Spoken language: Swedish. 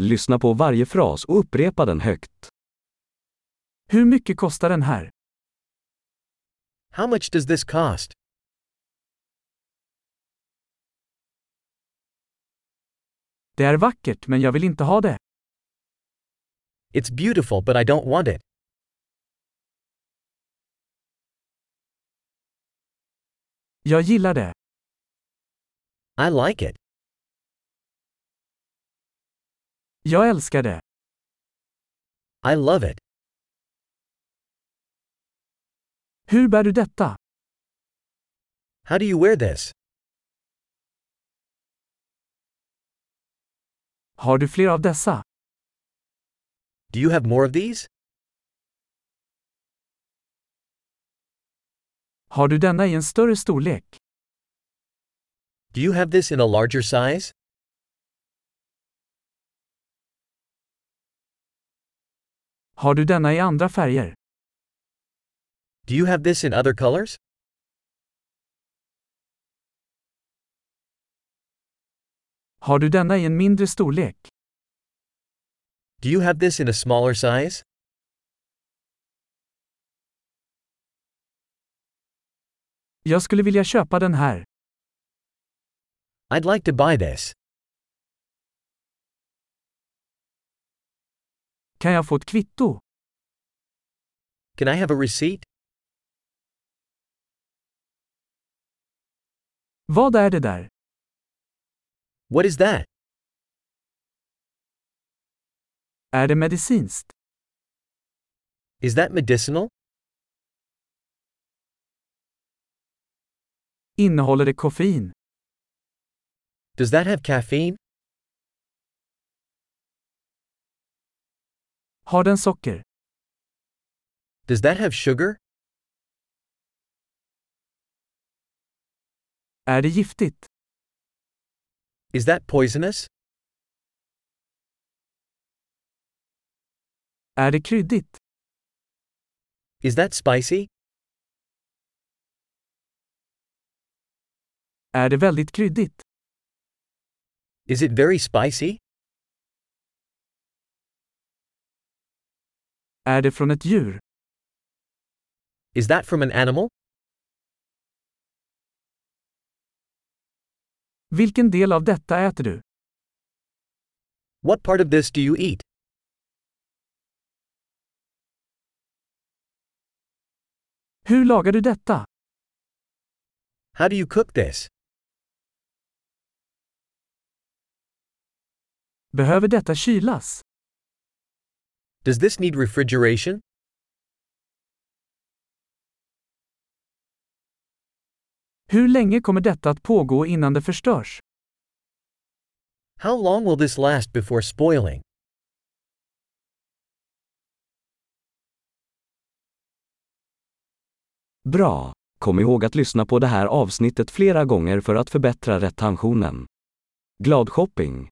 Lyssna på varje fras och upprepa den högt. Hur mycket kostar den här? How much does this cost? Det är vackert men jag vill inte ha det. It's beautiful but I don't want it. Jag gillar det. I like it. Jag älskar det. I love it. Hur bär du detta? How do you wear this? Har du fler av dessa? Do you have more of these? Har du denna i en större storlek? Do you have this in a larger size? Har du denna i andra färger? Do you have this in other colors? Har du denna i en mindre storlek? Do you have this in a smaller size? Jag skulle vilja köpa den här. I'd like to buy this. Kan jag få ett kvitto? Can I have a receipt? Vad är det där? What is that? Är det medicinskt? Is that medicinal? Innehåller det koffein? Does that have caffeine? Har den socker? Does that have sugar? Är det giftigt? Is that poisonous? Är det kryddigt? Is that spicy? Är det väldigt kryddigt? Is it very spicy? Är det från ett djur? Is that from an animal? Vilken del av detta äter du? What part of this do you eat? Hur lagar du detta? How do you cook this? Behöver detta kylas? Does this need refrigeration? Hur länge kommer detta att pågå innan det förstörs? How long will this last before spoiling? Bra! Kom ihåg att lyssna på det här avsnittet flera gånger för att förbättra retentionen. Glad shopping!